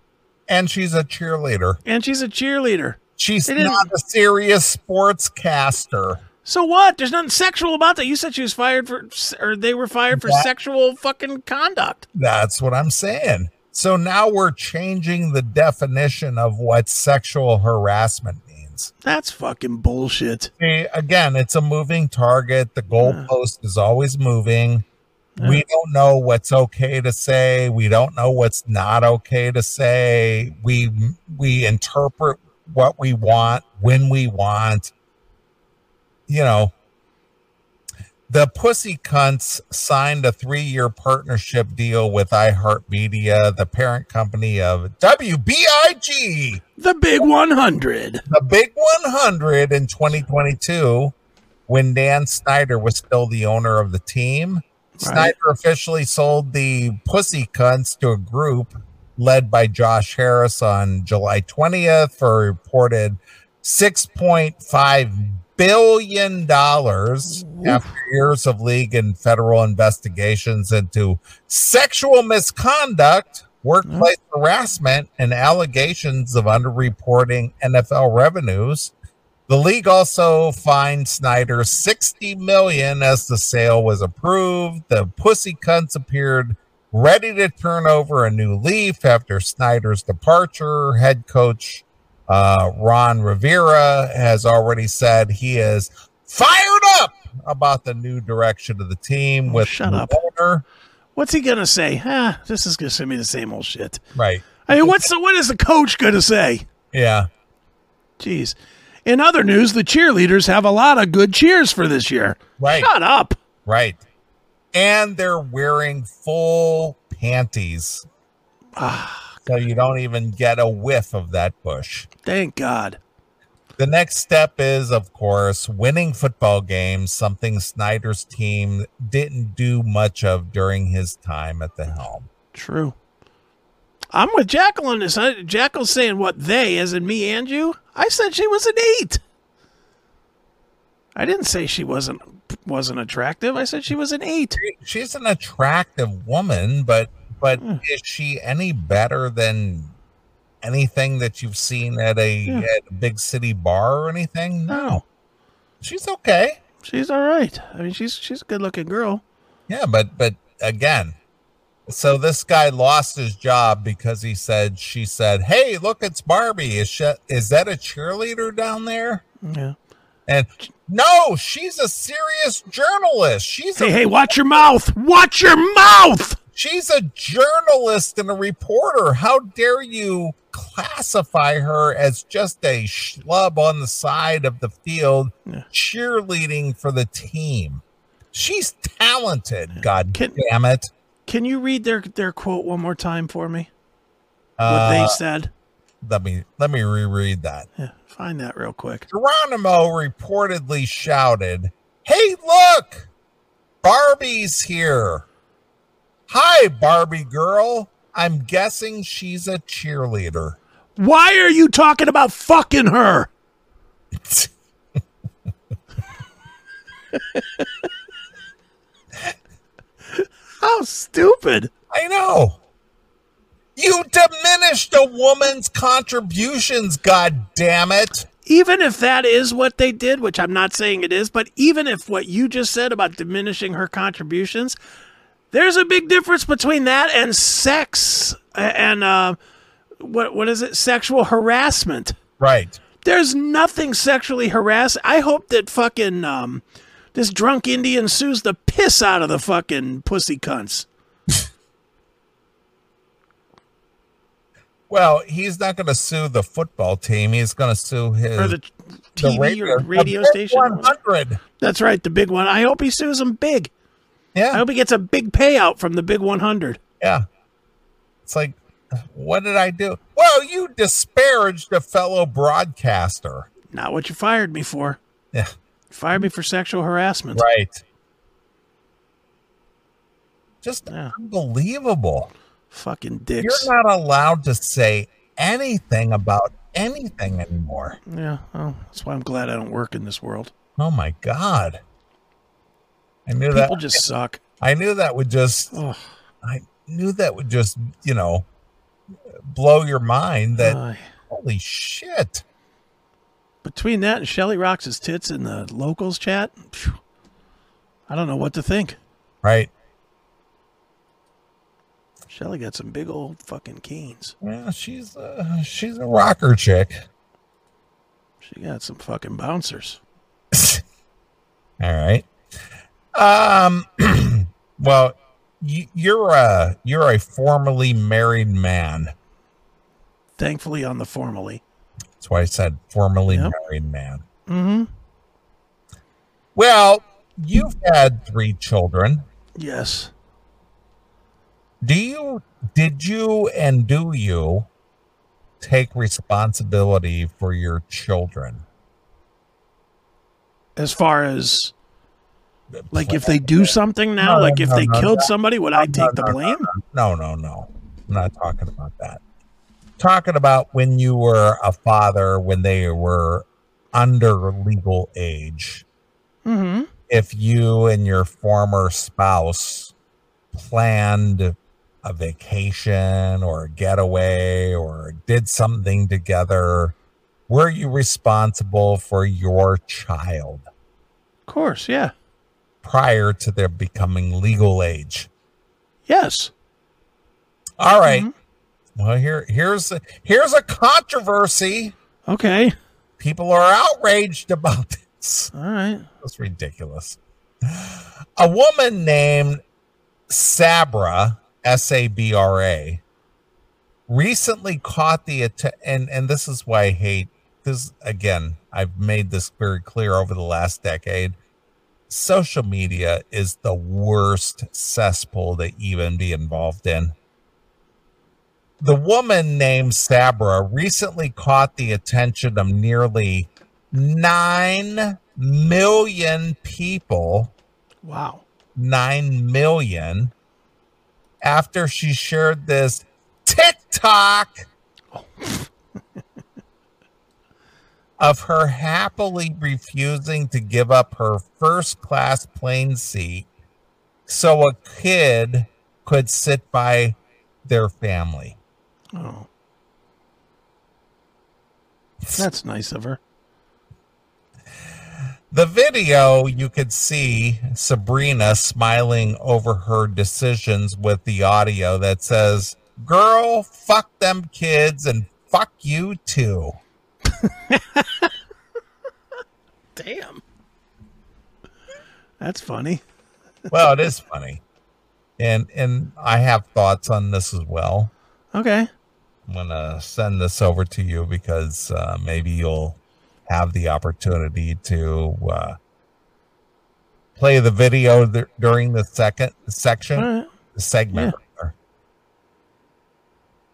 [SPEAKER 2] And she's a cheerleader.
[SPEAKER 3] and she's a cheerleader.
[SPEAKER 2] She's
[SPEAKER 3] It is-
[SPEAKER 2] not a serious sportscaster.
[SPEAKER 3] So what? There's nothing sexual about that. You said she was fired for, or they were fired for
[SPEAKER 2] That-
[SPEAKER 3] sexual fucking conduct.
[SPEAKER 2] That's what I'm saying. So now we're changing the definition of what sexual harassment means.
[SPEAKER 3] That's fucking bullshit.
[SPEAKER 2] See, again, it's a moving target. The goalpost is always moving. We don't know what's okay to say. We don't know what's not okay to say. We we interpret what we want when we want. You know, the pussy cunts signed a three-year partnership deal with iHeartMedia, the parent company of WBIG
[SPEAKER 3] The big 100.
[SPEAKER 2] the big 100 in 2022 when Dan Snyder was still the owner of the team. Snyder officially sold the Pussy Cunts to a group led by Josh Harris on July 20th for a reported $6.5 billion after years of league and federal investigations into sexual misconduct, workplace harassment, and allegations of underreporting NFL revenues. The league also fined Snyder 60 million as the sale was approved. The pussy cunts appeared ready to turn over a new leaf after Snyder's departure. Head coach uh, Ron Rivera has already said he is fired up about the new direction of the team with
[SPEAKER 3] Oh, shut
[SPEAKER 2] the
[SPEAKER 3] up.
[SPEAKER 2] owner.
[SPEAKER 3] What's he gonna say? Ah, this is gonna send me the same old shit.
[SPEAKER 2] Right.
[SPEAKER 3] I mean, what's the, what is the coach gonna say?
[SPEAKER 2] Yeah.
[SPEAKER 3] Jeez. In other news, the cheerleaders have a lot of good cheers for this year.
[SPEAKER 2] Right.
[SPEAKER 3] Shut up.
[SPEAKER 2] Right. And they're wearing full panties.
[SPEAKER 3] Ah,
[SPEAKER 2] so you don't even get a whiff of that bush.
[SPEAKER 3] Thank God.
[SPEAKER 2] The next step is, of course, winning football games, something Snyder's team didn't do much of during his time at the helm.
[SPEAKER 3] True. I'm with Jackal on this. I, Jackal's saying what they, as in me and you. I said she was an eight. I didn't say she wasn't wasn't attractive. I said she was an eight.
[SPEAKER 2] She's an attractive woman, but but is she any better than anything that you've seen at a,
[SPEAKER 3] Yeah.
[SPEAKER 2] at a big city bar or anything? No. She's okay.
[SPEAKER 3] She's all right. I mean, she's she's a good looking girl.
[SPEAKER 2] Yeah, but but again, so this guy lost his job because he said she said, "Hey, look, it's Barbie. Is she, is that a cheerleader down there?"
[SPEAKER 3] Yeah.
[SPEAKER 2] And no, she's a serious journalist. She's
[SPEAKER 3] Hey,
[SPEAKER 2] a
[SPEAKER 3] hey, watch your mouth. Watch your mouth.
[SPEAKER 2] She's a journalist and a reporter. How dare you classify her as just a schlub on the side of the field
[SPEAKER 3] Yeah.
[SPEAKER 2] cheerleading for the team? She's talented, god
[SPEAKER 3] Can-
[SPEAKER 2] damn it.
[SPEAKER 3] Can you read their their quote one more time for me? What
[SPEAKER 2] Uh,
[SPEAKER 3] they said.
[SPEAKER 2] let me let me reread that.
[SPEAKER 3] Yeah, find that real quick.
[SPEAKER 2] Geronimo reportedly shouted, Hey, look! Barbie's here. Hi, Barbie girl. I'm guessing she's a cheerleader.
[SPEAKER 3] Why are you talking about fucking her? How stupid.
[SPEAKER 2] I know. You diminished a woman's contributions, god damn it.
[SPEAKER 3] Even if that is what they did, which I'm not saying it is, but even if what you just said about diminishing her contributions, there's a big difference between that and sex a- and uh, what what is it? Sexual harassment.
[SPEAKER 2] Right.
[SPEAKER 3] There's nothing sexually harass. I hope that fucking um, this drunk Indian sues the piss out of the fucking pussy cunts.
[SPEAKER 2] Well, he's not going to sue the football team. He's going to sue his
[SPEAKER 3] or the TV or radio
[SPEAKER 2] the
[SPEAKER 3] station.
[SPEAKER 2] 100.
[SPEAKER 3] That's right, the big one. I hope he sues them big. I
[SPEAKER 2] Yeah.
[SPEAKER 3] hope he gets a big payout from the big 100.
[SPEAKER 2] Yeah. It's like, what did I do? Well, you disparaged a fellow broadcaster.
[SPEAKER 3] Not what you fired me for.
[SPEAKER 2] Yeah.
[SPEAKER 3] You fired me for sexual harassment.
[SPEAKER 2] Right. Just
[SPEAKER 3] Yeah.
[SPEAKER 2] unbelievable.
[SPEAKER 3] Fucking dicks.
[SPEAKER 2] You're not allowed to say anything about anything anymore.
[SPEAKER 3] yeah, well, that's why I'm glad I don't work in this world.
[SPEAKER 2] Oh my God. I knew
[SPEAKER 3] People
[SPEAKER 2] that.
[SPEAKER 3] just suck.
[SPEAKER 2] I knew that would just,
[SPEAKER 3] Ugh.
[SPEAKER 2] I knew that would just, you know, blow your mind that,
[SPEAKER 3] Aye.
[SPEAKER 2] holy shit.
[SPEAKER 3] between that and Shelly rocks his tits in the locals chat, phew, I don't know what to think.
[SPEAKER 2] Right.
[SPEAKER 3] Shelly got some big old fucking canes.
[SPEAKER 2] Yeah, she's a, she's a rocker chick.
[SPEAKER 3] She got some fucking bouncers.
[SPEAKER 2] All right. Um. well, y- you're a you're a formerly married man.
[SPEAKER 3] Thankfully, on the formally.
[SPEAKER 2] That's why I said formerly
[SPEAKER 3] Yep.
[SPEAKER 2] married man.
[SPEAKER 3] Mm-hmm.
[SPEAKER 2] Well, you've had three children.
[SPEAKER 3] Yes.
[SPEAKER 2] Do you? Did you? And do you? Take responsibility for your children.
[SPEAKER 3] As far as like if they do something now,
[SPEAKER 2] No,
[SPEAKER 3] like if
[SPEAKER 2] no,
[SPEAKER 3] they
[SPEAKER 2] no,
[SPEAKER 3] killed
[SPEAKER 2] no.
[SPEAKER 3] somebody, would
[SPEAKER 2] No,
[SPEAKER 3] I take the
[SPEAKER 2] no, no,
[SPEAKER 3] blame?
[SPEAKER 2] No, no, no. I'm not talking about that. Talking about when you were a father, when they were under legal age.
[SPEAKER 3] Mm-hmm.
[SPEAKER 2] If you and your former spouse planned a vacation or a getaway or did something together, were you responsible for your child
[SPEAKER 3] Of course, yeah.
[SPEAKER 2] prior to their becoming legal age?
[SPEAKER 3] Yes.
[SPEAKER 2] All right. Well, here here's here's a controversy.
[SPEAKER 3] Okay.
[SPEAKER 2] People are outraged about this.
[SPEAKER 3] All right.
[SPEAKER 2] It's ridiculous. A woman named Sabra S A B R A recently caught the atta- and and this is why I hate this again. I've made this very clear over the last decade. Social media is the worst cesspool to even be involved in. The woman named Sabra recently caught the attention of nearly 9 million people,
[SPEAKER 3] Wow.
[SPEAKER 2] 9 million, after she shared this TikTok of her happily refusing to give up her first class plane seat so a kid could sit by their family.
[SPEAKER 3] Oh. That's nice of her.
[SPEAKER 2] The video, you could see Sabrina smiling over her decisions with the audio that says, Girl, fuck them kids and fuck you too.
[SPEAKER 3] Damn. That's funny.
[SPEAKER 2] Well, it is funny. and and I have thoughts on this as well.
[SPEAKER 3] Okay.
[SPEAKER 2] I'm gonna send this over to you because uh, maybe you'll have the opportunity to uh, play the video th- during the second section
[SPEAKER 3] All right.
[SPEAKER 2] the segment. rather.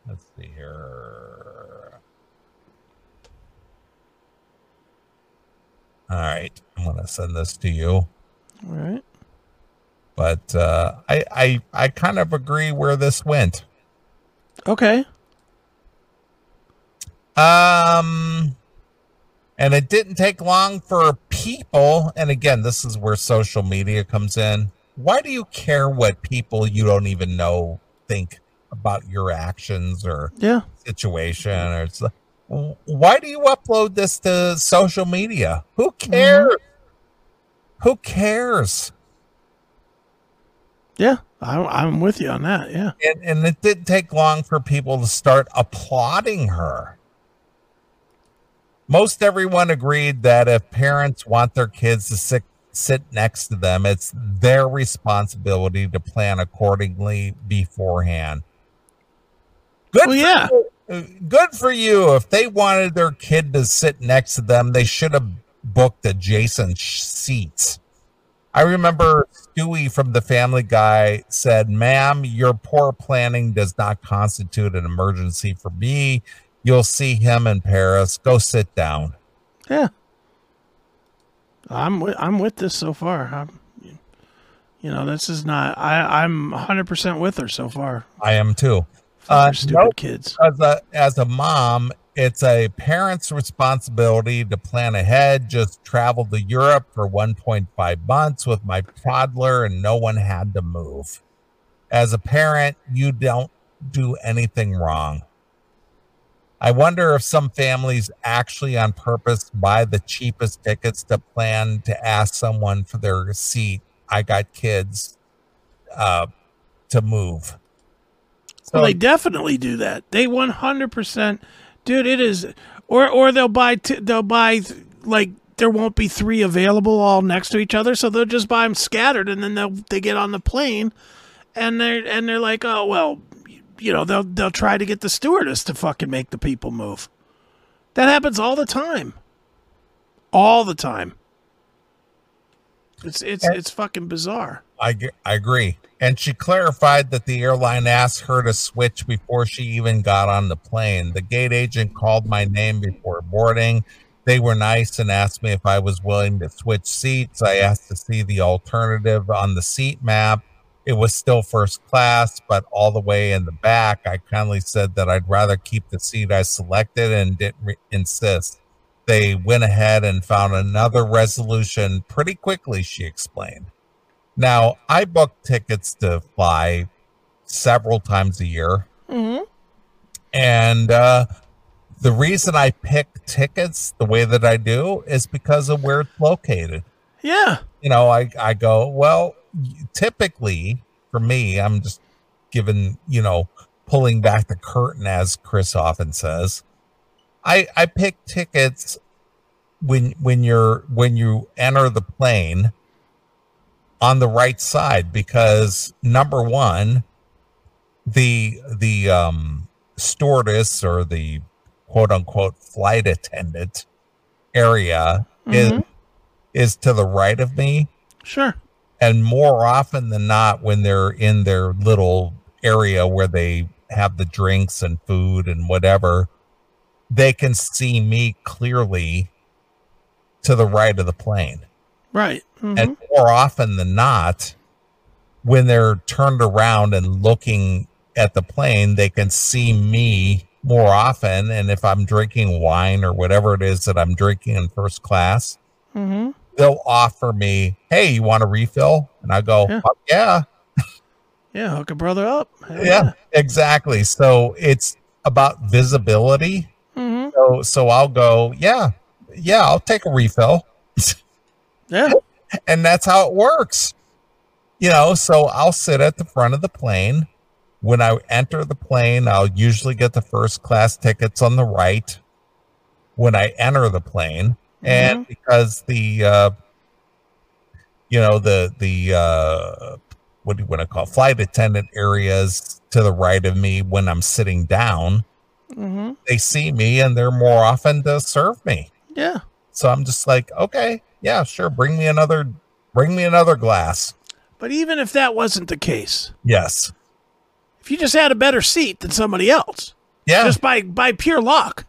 [SPEAKER 2] Let's see here. All right, I'm gonna send this to you
[SPEAKER 3] All right.
[SPEAKER 2] but uh, I, I I kind of agree where this went.
[SPEAKER 3] Okay.
[SPEAKER 2] Um, and it didn't take long for people. And again, this is where social media comes in. Why do you care what people you don't even know think about your actions or
[SPEAKER 3] Yeah.
[SPEAKER 2] situation? Or it's like, w- why do you upload this to social media? Who cares? Who cares?
[SPEAKER 3] Yeah. I'm, I'm with you on that. Yeah.
[SPEAKER 2] and, and it didn't take long for people to start applauding her. Most everyone agreed that if parents want their kids to sit, sit next to them, it's their responsibility to plan accordingly beforehand. Good,
[SPEAKER 3] Well, yeah.
[SPEAKER 2] for, good for you. If they wanted their kid to sit next to them, they should have booked adjacent sh- seats. I remember Stewie from The Family Guy said, Ma'am, your poor planning does not constitute an emergency for me. You'll see him in Paris. Go sit down.
[SPEAKER 3] Yeah. I'm with, I'm with this so far. I'm, you know, this is not. I I'm 100 percent with her so far.
[SPEAKER 2] I am too.
[SPEAKER 3] For
[SPEAKER 2] Uh,
[SPEAKER 3] her stupid
[SPEAKER 2] nope.
[SPEAKER 3] kids.
[SPEAKER 2] As a as a mom, it's a parent's responsibility to plan ahead. Just traveled to Europe for 1.5 months with my toddler and no one had to move. As a parent, you don't do anything wrong. I wonder if some families actually on purpose buy the cheapest tickets to plan to ask someone for their seat. I got kids uh, to move. So
[SPEAKER 3] Well,
[SPEAKER 2] Um,
[SPEAKER 3] they definitely do that. They 100 percent, dude. It is, or or they'll buy t- they'll buy th- like there won't be three available all next to each other, so they'll just buy them scattered, and then they'll they get on the plane, and they're and they're like, oh well, you know they'll they'll try to get the stewardess to fucking make the people move. That happens all the time. All the time. It's it's it's fucking bizarre.
[SPEAKER 2] I, g- I agree. And she clarified that the airline asked her to switch before she even got on the plane. The gate agent called my name before boarding. They were nice and asked me if I was willing to switch seats. I asked to see the alternative on the seat map. It was still first class, but all the way in the back. I kindly said that I'd rather keep the seat I selected and didn't re- insist. They went ahead and found another resolution pretty quickly, she explained. Now, I book tickets to fly several times a year.
[SPEAKER 3] Mm-hmm.
[SPEAKER 2] And uh, the reason I pick tickets the way that I do is because of where it's located.
[SPEAKER 3] Yeah.
[SPEAKER 2] You know, I, I go, well, typically for me, I'm just given, you know, pulling back the curtain, as Chris often says. I, I pick tickets when when you're when you enter the plane on the right side because number one the the um stewardess or the quote unquote flight attendant area is
[SPEAKER 3] Mhm.
[SPEAKER 2] is to the right of me
[SPEAKER 3] Sure.
[SPEAKER 2] and more often than not when they're in their little area where they have the drinks and food and whatever they can see me clearly to the right of the plane
[SPEAKER 3] Right. Mhm.
[SPEAKER 2] and more often than not when they're turned around and looking at the plane they can see me more often and if i'm drinking wine or whatever it is that i'm drinking in first class
[SPEAKER 3] Mm-hmm.
[SPEAKER 2] they'll offer me hey you want a refill and i go
[SPEAKER 3] Yeah.
[SPEAKER 2] "Fuck yeah
[SPEAKER 3] Yeah, hook a brother up. Hell
[SPEAKER 2] yeah exactly so it's about visibility
[SPEAKER 3] yeah. hmm
[SPEAKER 2] so so i'll go yeah yeah i'll take a refill
[SPEAKER 3] Yeah.
[SPEAKER 2] and that's how it works. You know, so I'll sit at the front of the plane. When I enter the plane, I'll usually get the first class tickets on the right when I enter the plane. And because the uh you know the the uh what do you want to call it? flight attendant areas to the right of me when I'm sitting down.
[SPEAKER 3] Mm-hmm.
[SPEAKER 2] They see me and they're more often to serve me.
[SPEAKER 3] Yeah.
[SPEAKER 2] So I'm just like, okay, yeah, sure, bring me another, bring me another glass.
[SPEAKER 3] But even if that wasn't the case,
[SPEAKER 2] Yes,
[SPEAKER 3] if you just had a better seat than somebody else,
[SPEAKER 2] yeah,
[SPEAKER 3] just by by pure luck,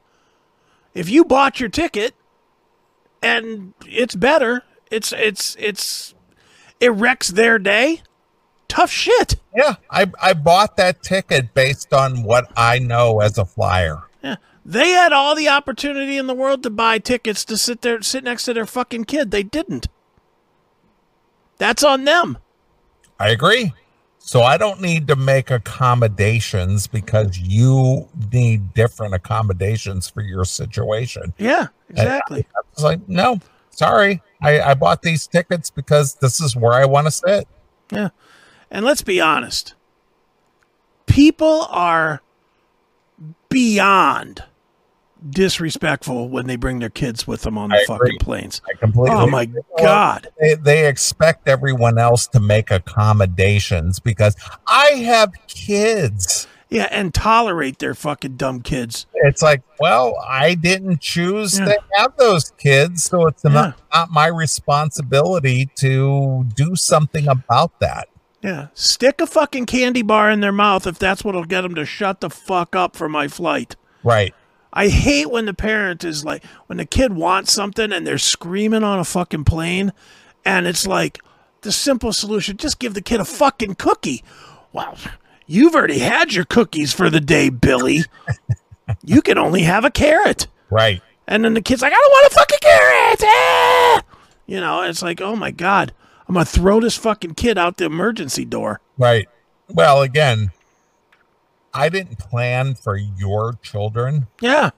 [SPEAKER 3] if you bought your ticket and it's better, it's it's it's it wrecks their day. Tough shit.
[SPEAKER 2] yeah. I I bought that ticket based on what I know as a flyer.
[SPEAKER 3] Yeah. They had all the opportunity in the world to buy tickets to sit there sit next to their fucking kid. They didn't. That's on them.
[SPEAKER 2] I agree. So I don't need to make accommodations because you need different accommodations for your situation.
[SPEAKER 3] Yeah, exactly.
[SPEAKER 2] It's like, no, sorry. I, I bought these tickets because this is where I want to sit.
[SPEAKER 3] Yeah. And let's be honest. People are beyond disrespectful when they bring their kids with them on the
[SPEAKER 2] I
[SPEAKER 3] fucking
[SPEAKER 2] agree.
[SPEAKER 3] planes.
[SPEAKER 2] I completely.
[SPEAKER 3] Oh my god.
[SPEAKER 2] They, they expect everyone else to make accommodations because I have kids.
[SPEAKER 3] Yeah, and tolerate their fucking dumb kids.
[SPEAKER 2] It's like, well, I didn't choose
[SPEAKER 3] Yeah.
[SPEAKER 2] to have those kids, so it's
[SPEAKER 3] Yeah.
[SPEAKER 2] not, not my responsibility to do something about that.
[SPEAKER 3] Yeah. Stick a fucking candy bar in their mouth if that's what'll get them to shut the fuck up for my flight.
[SPEAKER 2] Right.
[SPEAKER 3] I hate when the parent is like, when the kid wants something and they're screaming on a fucking plane, and it's like the simple solution: just give the kid a fucking cookie. Well, you've already had your cookies for the day, Billy. you can only have a carrot,
[SPEAKER 2] Right.
[SPEAKER 3] and then the kid's like, "I don't want a fucking carrot." Ah! You know, it's like, oh my god, I'm gonna throw this fucking kid out the emergency door.
[SPEAKER 2] Right. Well, again, I didn't plan for your children.
[SPEAKER 3] Yeah,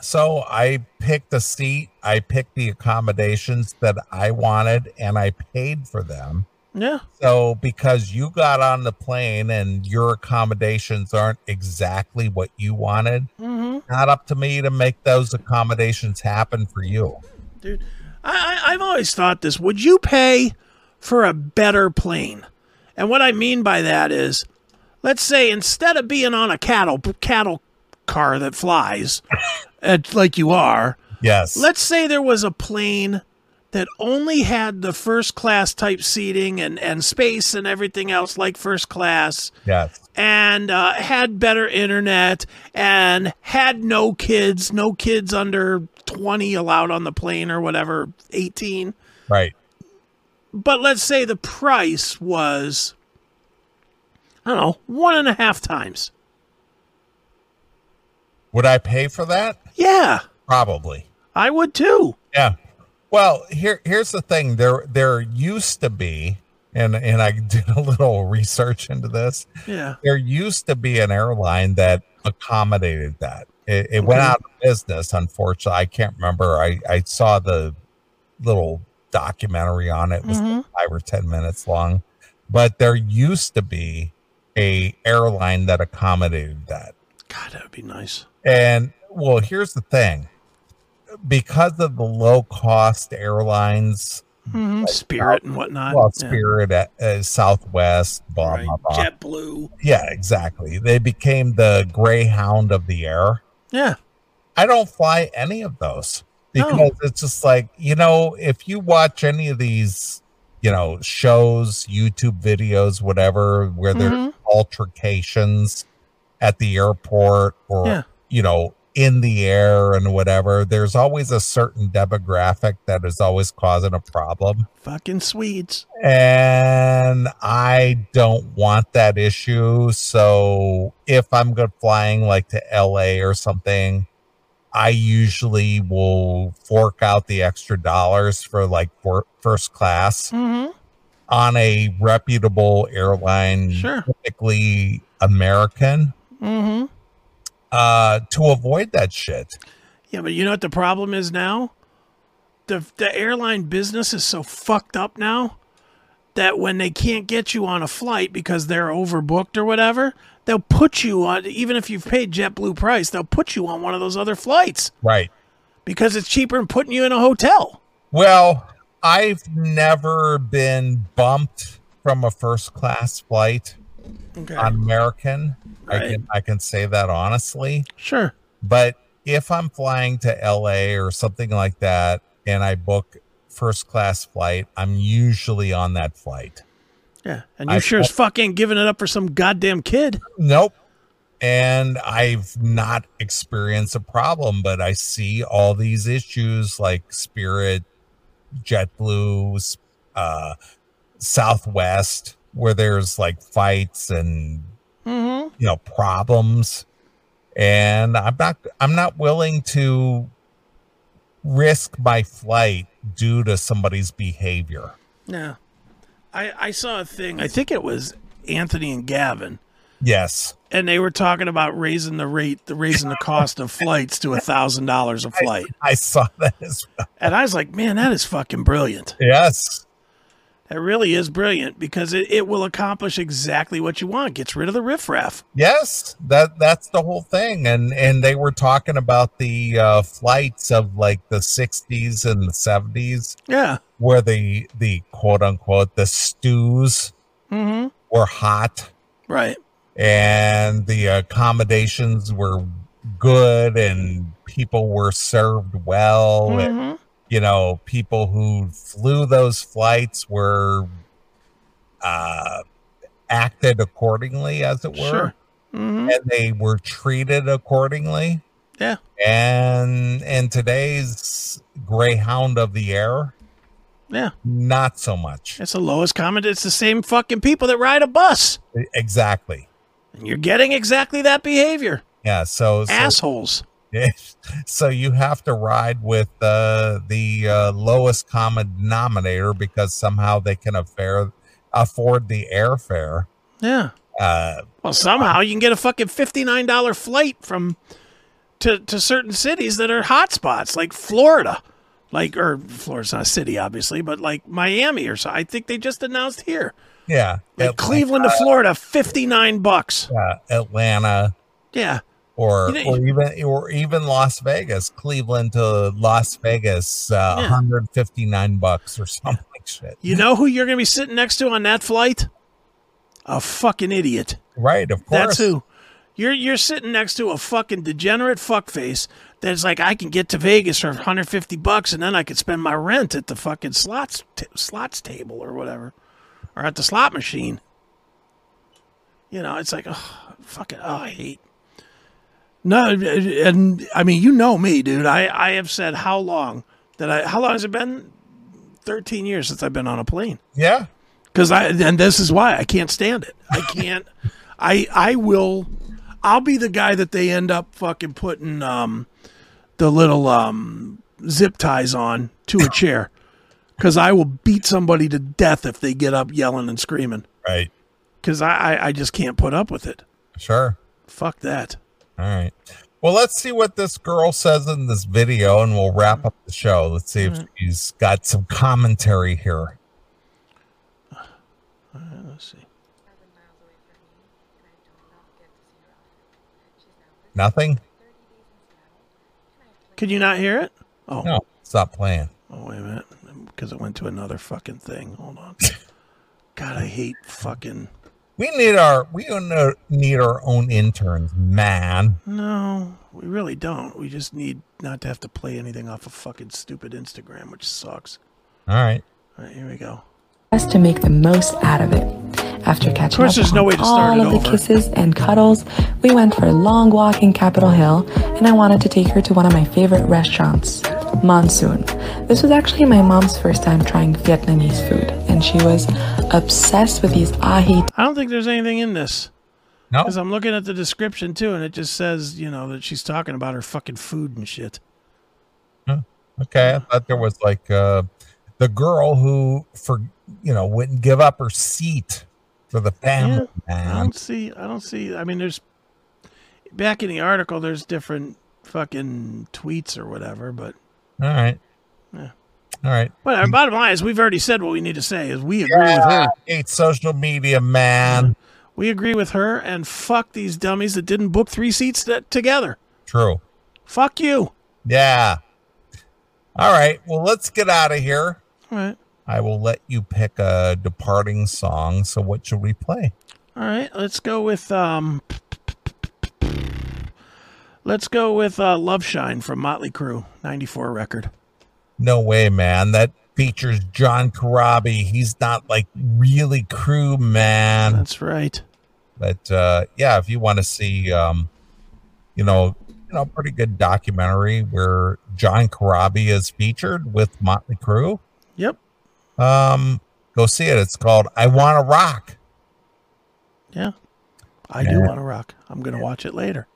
[SPEAKER 2] So I picked a seat, I picked the accommodations that I wanted, and I paid for them.
[SPEAKER 3] yeah,
[SPEAKER 2] So because you got on the plane and your accommodations aren't exactly what you wanted,
[SPEAKER 3] mm-hmm.
[SPEAKER 2] not up to me to make those accommodations happen for you.
[SPEAKER 3] dude. I, I I've always thought this. Would you pay for a better plane? And what I mean by that is, let's say instead of being on a cattle cattle car that flies, uh, like you are,
[SPEAKER 2] Yes.
[SPEAKER 3] let's say there was a plane that only had the first class type seating and and space and everything else like first class,
[SPEAKER 2] yes.
[SPEAKER 3] and uh, had better internet and had no kids, no kids under 20 allowed on the plane or whatever, 18.
[SPEAKER 2] Right.
[SPEAKER 3] But let's say the price was, I don't know, one and a half times.
[SPEAKER 2] Would I pay for that?
[SPEAKER 3] Yeah,
[SPEAKER 2] Probably.
[SPEAKER 3] I would too.
[SPEAKER 2] Yeah. Well, here here's the thing. There there used to be, and and I did a little research into this.
[SPEAKER 3] Yeah.
[SPEAKER 2] There used to be an airline that accommodated that. It, it went
[SPEAKER 3] Okay.
[SPEAKER 2] out of business, unfortunately. I can't remember. I I saw the little documentary on it. It was
[SPEAKER 3] Mhm.
[SPEAKER 2] five or ten minutes long. But there used to be a airline that accommodated that.
[SPEAKER 3] God, that would be nice.
[SPEAKER 2] And well, here's the thing. Because of the low cost airlines,
[SPEAKER 3] hmm Spirit and whatnot.
[SPEAKER 2] well,
[SPEAKER 3] Yeah.
[SPEAKER 2] Spirit, uh, uh, Southwest, blah,
[SPEAKER 3] Right.
[SPEAKER 2] blah, blah.
[SPEAKER 3] JetBlue.
[SPEAKER 2] Yeah, exactly. They became the Greyhound of the air.
[SPEAKER 3] Yeah.
[SPEAKER 2] I don't fly any of those
[SPEAKER 3] No.
[SPEAKER 2] because it's just like, you know, if you watch any of these, you know, shows, YouTube videos, whatever, where there are
[SPEAKER 3] Mhm.
[SPEAKER 2] altercations at the airport or,
[SPEAKER 3] Yeah.
[SPEAKER 2] you know, in the air and whatever, there's always a certain demographic that is always causing a problem.
[SPEAKER 3] Fucking Swedes.
[SPEAKER 2] And I don't want that issue. So if I'm good flying like to LA or something, I usually will fork out the extra dollars for like for first class
[SPEAKER 3] Mm-hmm.
[SPEAKER 2] on a reputable airline,
[SPEAKER 3] Sure.
[SPEAKER 2] typically American,
[SPEAKER 3] Mm-hmm.
[SPEAKER 2] uh, to avoid that shit.
[SPEAKER 3] Yeah, but you know what the problem is now? The the airline business is so fucked up now that when they can't get you on a flight because they're overbooked or whatever, they'll put you on even if you've paid JetBlue price, they'll put you on one of those other flights
[SPEAKER 2] Right.
[SPEAKER 3] because it's cheaper than putting you in a hotel.
[SPEAKER 2] Well, I've never been bumped from a first class flight
[SPEAKER 3] Okay.
[SPEAKER 2] on American. I
[SPEAKER 3] Right.
[SPEAKER 2] can I can say that honestly.
[SPEAKER 3] Sure.
[SPEAKER 2] But if I'm flying to LA or something like that and I book first class flight, I'm usually on that flight.
[SPEAKER 3] Yeah. And you
[SPEAKER 2] I-
[SPEAKER 3] sure as fuck ain't giving it up for some goddamn kid.
[SPEAKER 2] Nope. And I've not experienced a problem, but I see all these issues like Spirit, JetBlue, uh, Southwest, where there's like fights and
[SPEAKER 3] Mm-hmm.
[SPEAKER 2] you know problems and i'm not i'm not willing to risk my flight due to somebody's behavior
[SPEAKER 3] Yeah. I, I saw a thing. I think it was Anthony and Gavin.
[SPEAKER 2] yes
[SPEAKER 3] And they were talking about raising the rate, the raising the cost of flights to a thousand dollars a flight.
[SPEAKER 2] i saw that as well
[SPEAKER 3] And I was like, man, that is fucking brilliant.
[SPEAKER 2] yes
[SPEAKER 3] That really is brilliant because it, it will accomplish exactly what you want. Gets rid of the riffraff.
[SPEAKER 2] yes that that's the whole thing and and they were talking about the uh flights of like the 60s and the 70s
[SPEAKER 3] Yeah.
[SPEAKER 2] where the the quote unquote the stews
[SPEAKER 3] Mm-hmm.
[SPEAKER 2] were hot
[SPEAKER 3] Right.
[SPEAKER 2] and the accommodations were good and people were served well and,
[SPEAKER 3] Mm-hmm.
[SPEAKER 2] you know people who flew those flights were uh acted accordingly as it were
[SPEAKER 3] Sure. Mm-hmm.
[SPEAKER 2] and they were treated accordingly
[SPEAKER 3] Yeah.
[SPEAKER 2] and in today's greyhound of the air
[SPEAKER 3] Yeah.
[SPEAKER 2] not so much
[SPEAKER 3] It's the lowest common. It's the same fucking people that ride a bus.
[SPEAKER 2] exactly
[SPEAKER 3] And you're getting exactly that behavior.
[SPEAKER 2] yeah so, so
[SPEAKER 3] Assholes.
[SPEAKER 2] so you have to ride with uh, the uh, lowest common denominator because somehow they can affair, afford the airfare.
[SPEAKER 3] Yeah.
[SPEAKER 2] Uh,
[SPEAKER 3] Well, somehow you can get a fucking $59 flight from to, to certain cities that are hotspots, like Florida. Like, or Florida's not a city, obviously, but like Miami or so. I think they just announced here.
[SPEAKER 2] yeah,
[SPEAKER 3] Like
[SPEAKER 2] Atla-
[SPEAKER 3] Cleveland to Florida, 59 bucks.
[SPEAKER 2] uh, Atlanta,
[SPEAKER 3] Yeah.
[SPEAKER 2] or
[SPEAKER 3] You know-
[SPEAKER 2] or even or even Las Vegas, Cleveland to Las Vegas, uh,
[SPEAKER 3] Yeah.
[SPEAKER 2] 159 bucks or something like shit.
[SPEAKER 3] You know who you're going to be sitting next to on that flight? A fucking idiot.
[SPEAKER 2] Right, of course.
[SPEAKER 3] That's who. You're you're sitting next to a fucking degenerate fuckface that's like I can get to Vegas for 150 bucks and then I could spend my rent at the fucking slots t- slots table or whatever, or at the slot machine. You know, it's like oh, fucking oh, I hate. No, and I mean you know me, dude. I I have said how long that I how long has it been? 13 years since I've been on a plane
[SPEAKER 2] Yeah,
[SPEAKER 3] because I and this is why I can't stand it. I can't. I I will. I'll be the guy that they end up fucking putting um the little um zip ties on to a chair because I will beat somebody to death if they get up yelling and screaming
[SPEAKER 2] right.
[SPEAKER 3] because I, I I just can't put up with it.
[SPEAKER 2] Sure.
[SPEAKER 3] Fuck that.
[SPEAKER 2] All right. Well, let's see what this girl says in this video and we'll wrap up the show. Let's see if she's got some commentary here.
[SPEAKER 3] Uh, Let's see.
[SPEAKER 4] seven miles away from me, and I do not get to see her often. She's now living
[SPEAKER 2] Nothing?
[SPEAKER 4] 30 days in Seattle, and I plan
[SPEAKER 3] Can you not hear it? Oh,
[SPEAKER 2] No, stop playing.
[SPEAKER 3] oh wait a minute, because it went to another fucking thing. Hold on. God, I hate fucking.
[SPEAKER 2] We need our we don't know- need our own interns, man.
[SPEAKER 3] No, we really don't. We just need not to have to play anything off of fucking stupid Instagram, which sucks.
[SPEAKER 2] All right.
[SPEAKER 3] All right, here we go.
[SPEAKER 5] us to make the most out of it. After catching
[SPEAKER 3] course,
[SPEAKER 5] up
[SPEAKER 3] there's no
[SPEAKER 5] on
[SPEAKER 3] way to start
[SPEAKER 5] all
[SPEAKER 3] it
[SPEAKER 5] of the
[SPEAKER 3] over.
[SPEAKER 5] kisses and cuddles, we went for a long walk in Capitol Hill, and I wanted to take her to one of my favorite restaurants, Monsoon. This was actually my mom's first time trying Vietnamese food, and she was obsessed with these ahi
[SPEAKER 3] I don't think there's anything in this
[SPEAKER 2] No.
[SPEAKER 3] because I'm looking at the description too, and it just says, you know, that she's talking about her fucking food and shit.
[SPEAKER 2] Okay. I thought there was like uh the girl who for you know wouldn't give up her seat for the family,
[SPEAKER 3] I
[SPEAKER 2] man.
[SPEAKER 3] don't see. I don't see. I mean, there's back in the article, there's different fucking tweets or whatever, but
[SPEAKER 2] All right.
[SPEAKER 3] Yeah.
[SPEAKER 2] All right.
[SPEAKER 3] well, our bottom line is we've already said what we need to say is we agree with her.
[SPEAKER 2] I Ah, hate social media, man.
[SPEAKER 3] We agree with her, and fuck these dummies that didn't book three seats that, together.
[SPEAKER 2] True.
[SPEAKER 3] Fuck you.
[SPEAKER 2] Yeah. All right. Well, let's get out of here.
[SPEAKER 3] All right.
[SPEAKER 2] I will let you pick a departing song. So, what should we play?
[SPEAKER 3] All right, let's go with um Let's go with uh, Love Shine from Motley Crue, 94 record.
[SPEAKER 2] No way, man. That features John Karabi. He's not like really crew, man.
[SPEAKER 3] That's right.
[SPEAKER 2] But uh, yeah, if you want to see, um, you know, you know, pretty good documentary where John Karabi is featured with Motley Crue,
[SPEAKER 3] Yep.
[SPEAKER 2] um, go see it. It's called "I Want to Rock,"
[SPEAKER 3] Yeah. I
[SPEAKER 2] Yeah.
[SPEAKER 3] do want to rock. I'm going to watch it later.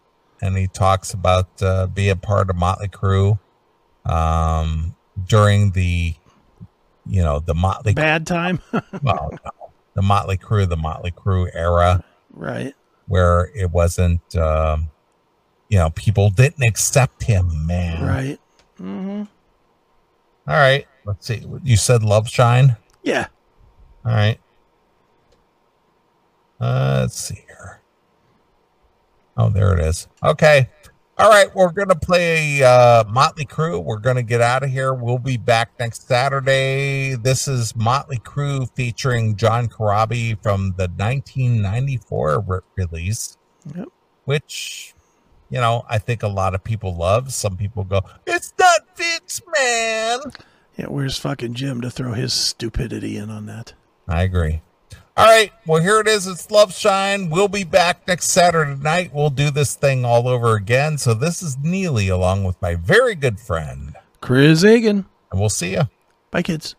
[SPEAKER 2] and he talks about uh, being a part of Motley Crue um, during the, you know, the Motley
[SPEAKER 3] Bad time.
[SPEAKER 2] well, no, the Motley Crue, the Motley Crue era,
[SPEAKER 3] right.
[SPEAKER 2] where it wasn't, um, you know, people didn't accept him, man.
[SPEAKER 3] Right. Mhm.
[SPEAKER 2] All right. Let's see. You said Love Shine.
[SPEAKER 3] Yeah.
[SPEAKER 2] All right. Uh, let's see here. Oh, there it is. Okay. All right. We're going to play uh, Motley Crue. We're going to get out of here. We'll be back next Saturday. This is Motley Crue featuring John Corabi from the 1994 re- release,
[SPEAKER 3] Yep.
[SPEAKER 2] which, you know, I think a lot of people love. Some people go, it's not Vince, man.
[SPEAKER 3] Yeah, where's fucking Jim to throw his stupidity in on that?
[SPEAKER 2] I agree. All right. Well, here it is. It's Love Shine. We'll be back next Saturday night. We'll do this thing all over again. So this is Neely along with my very good friend,
[SPEAKER 3] Chris Egan.
[SPEAKER 2] and we'll see you.
[SPEAKER 3] Bye, kids.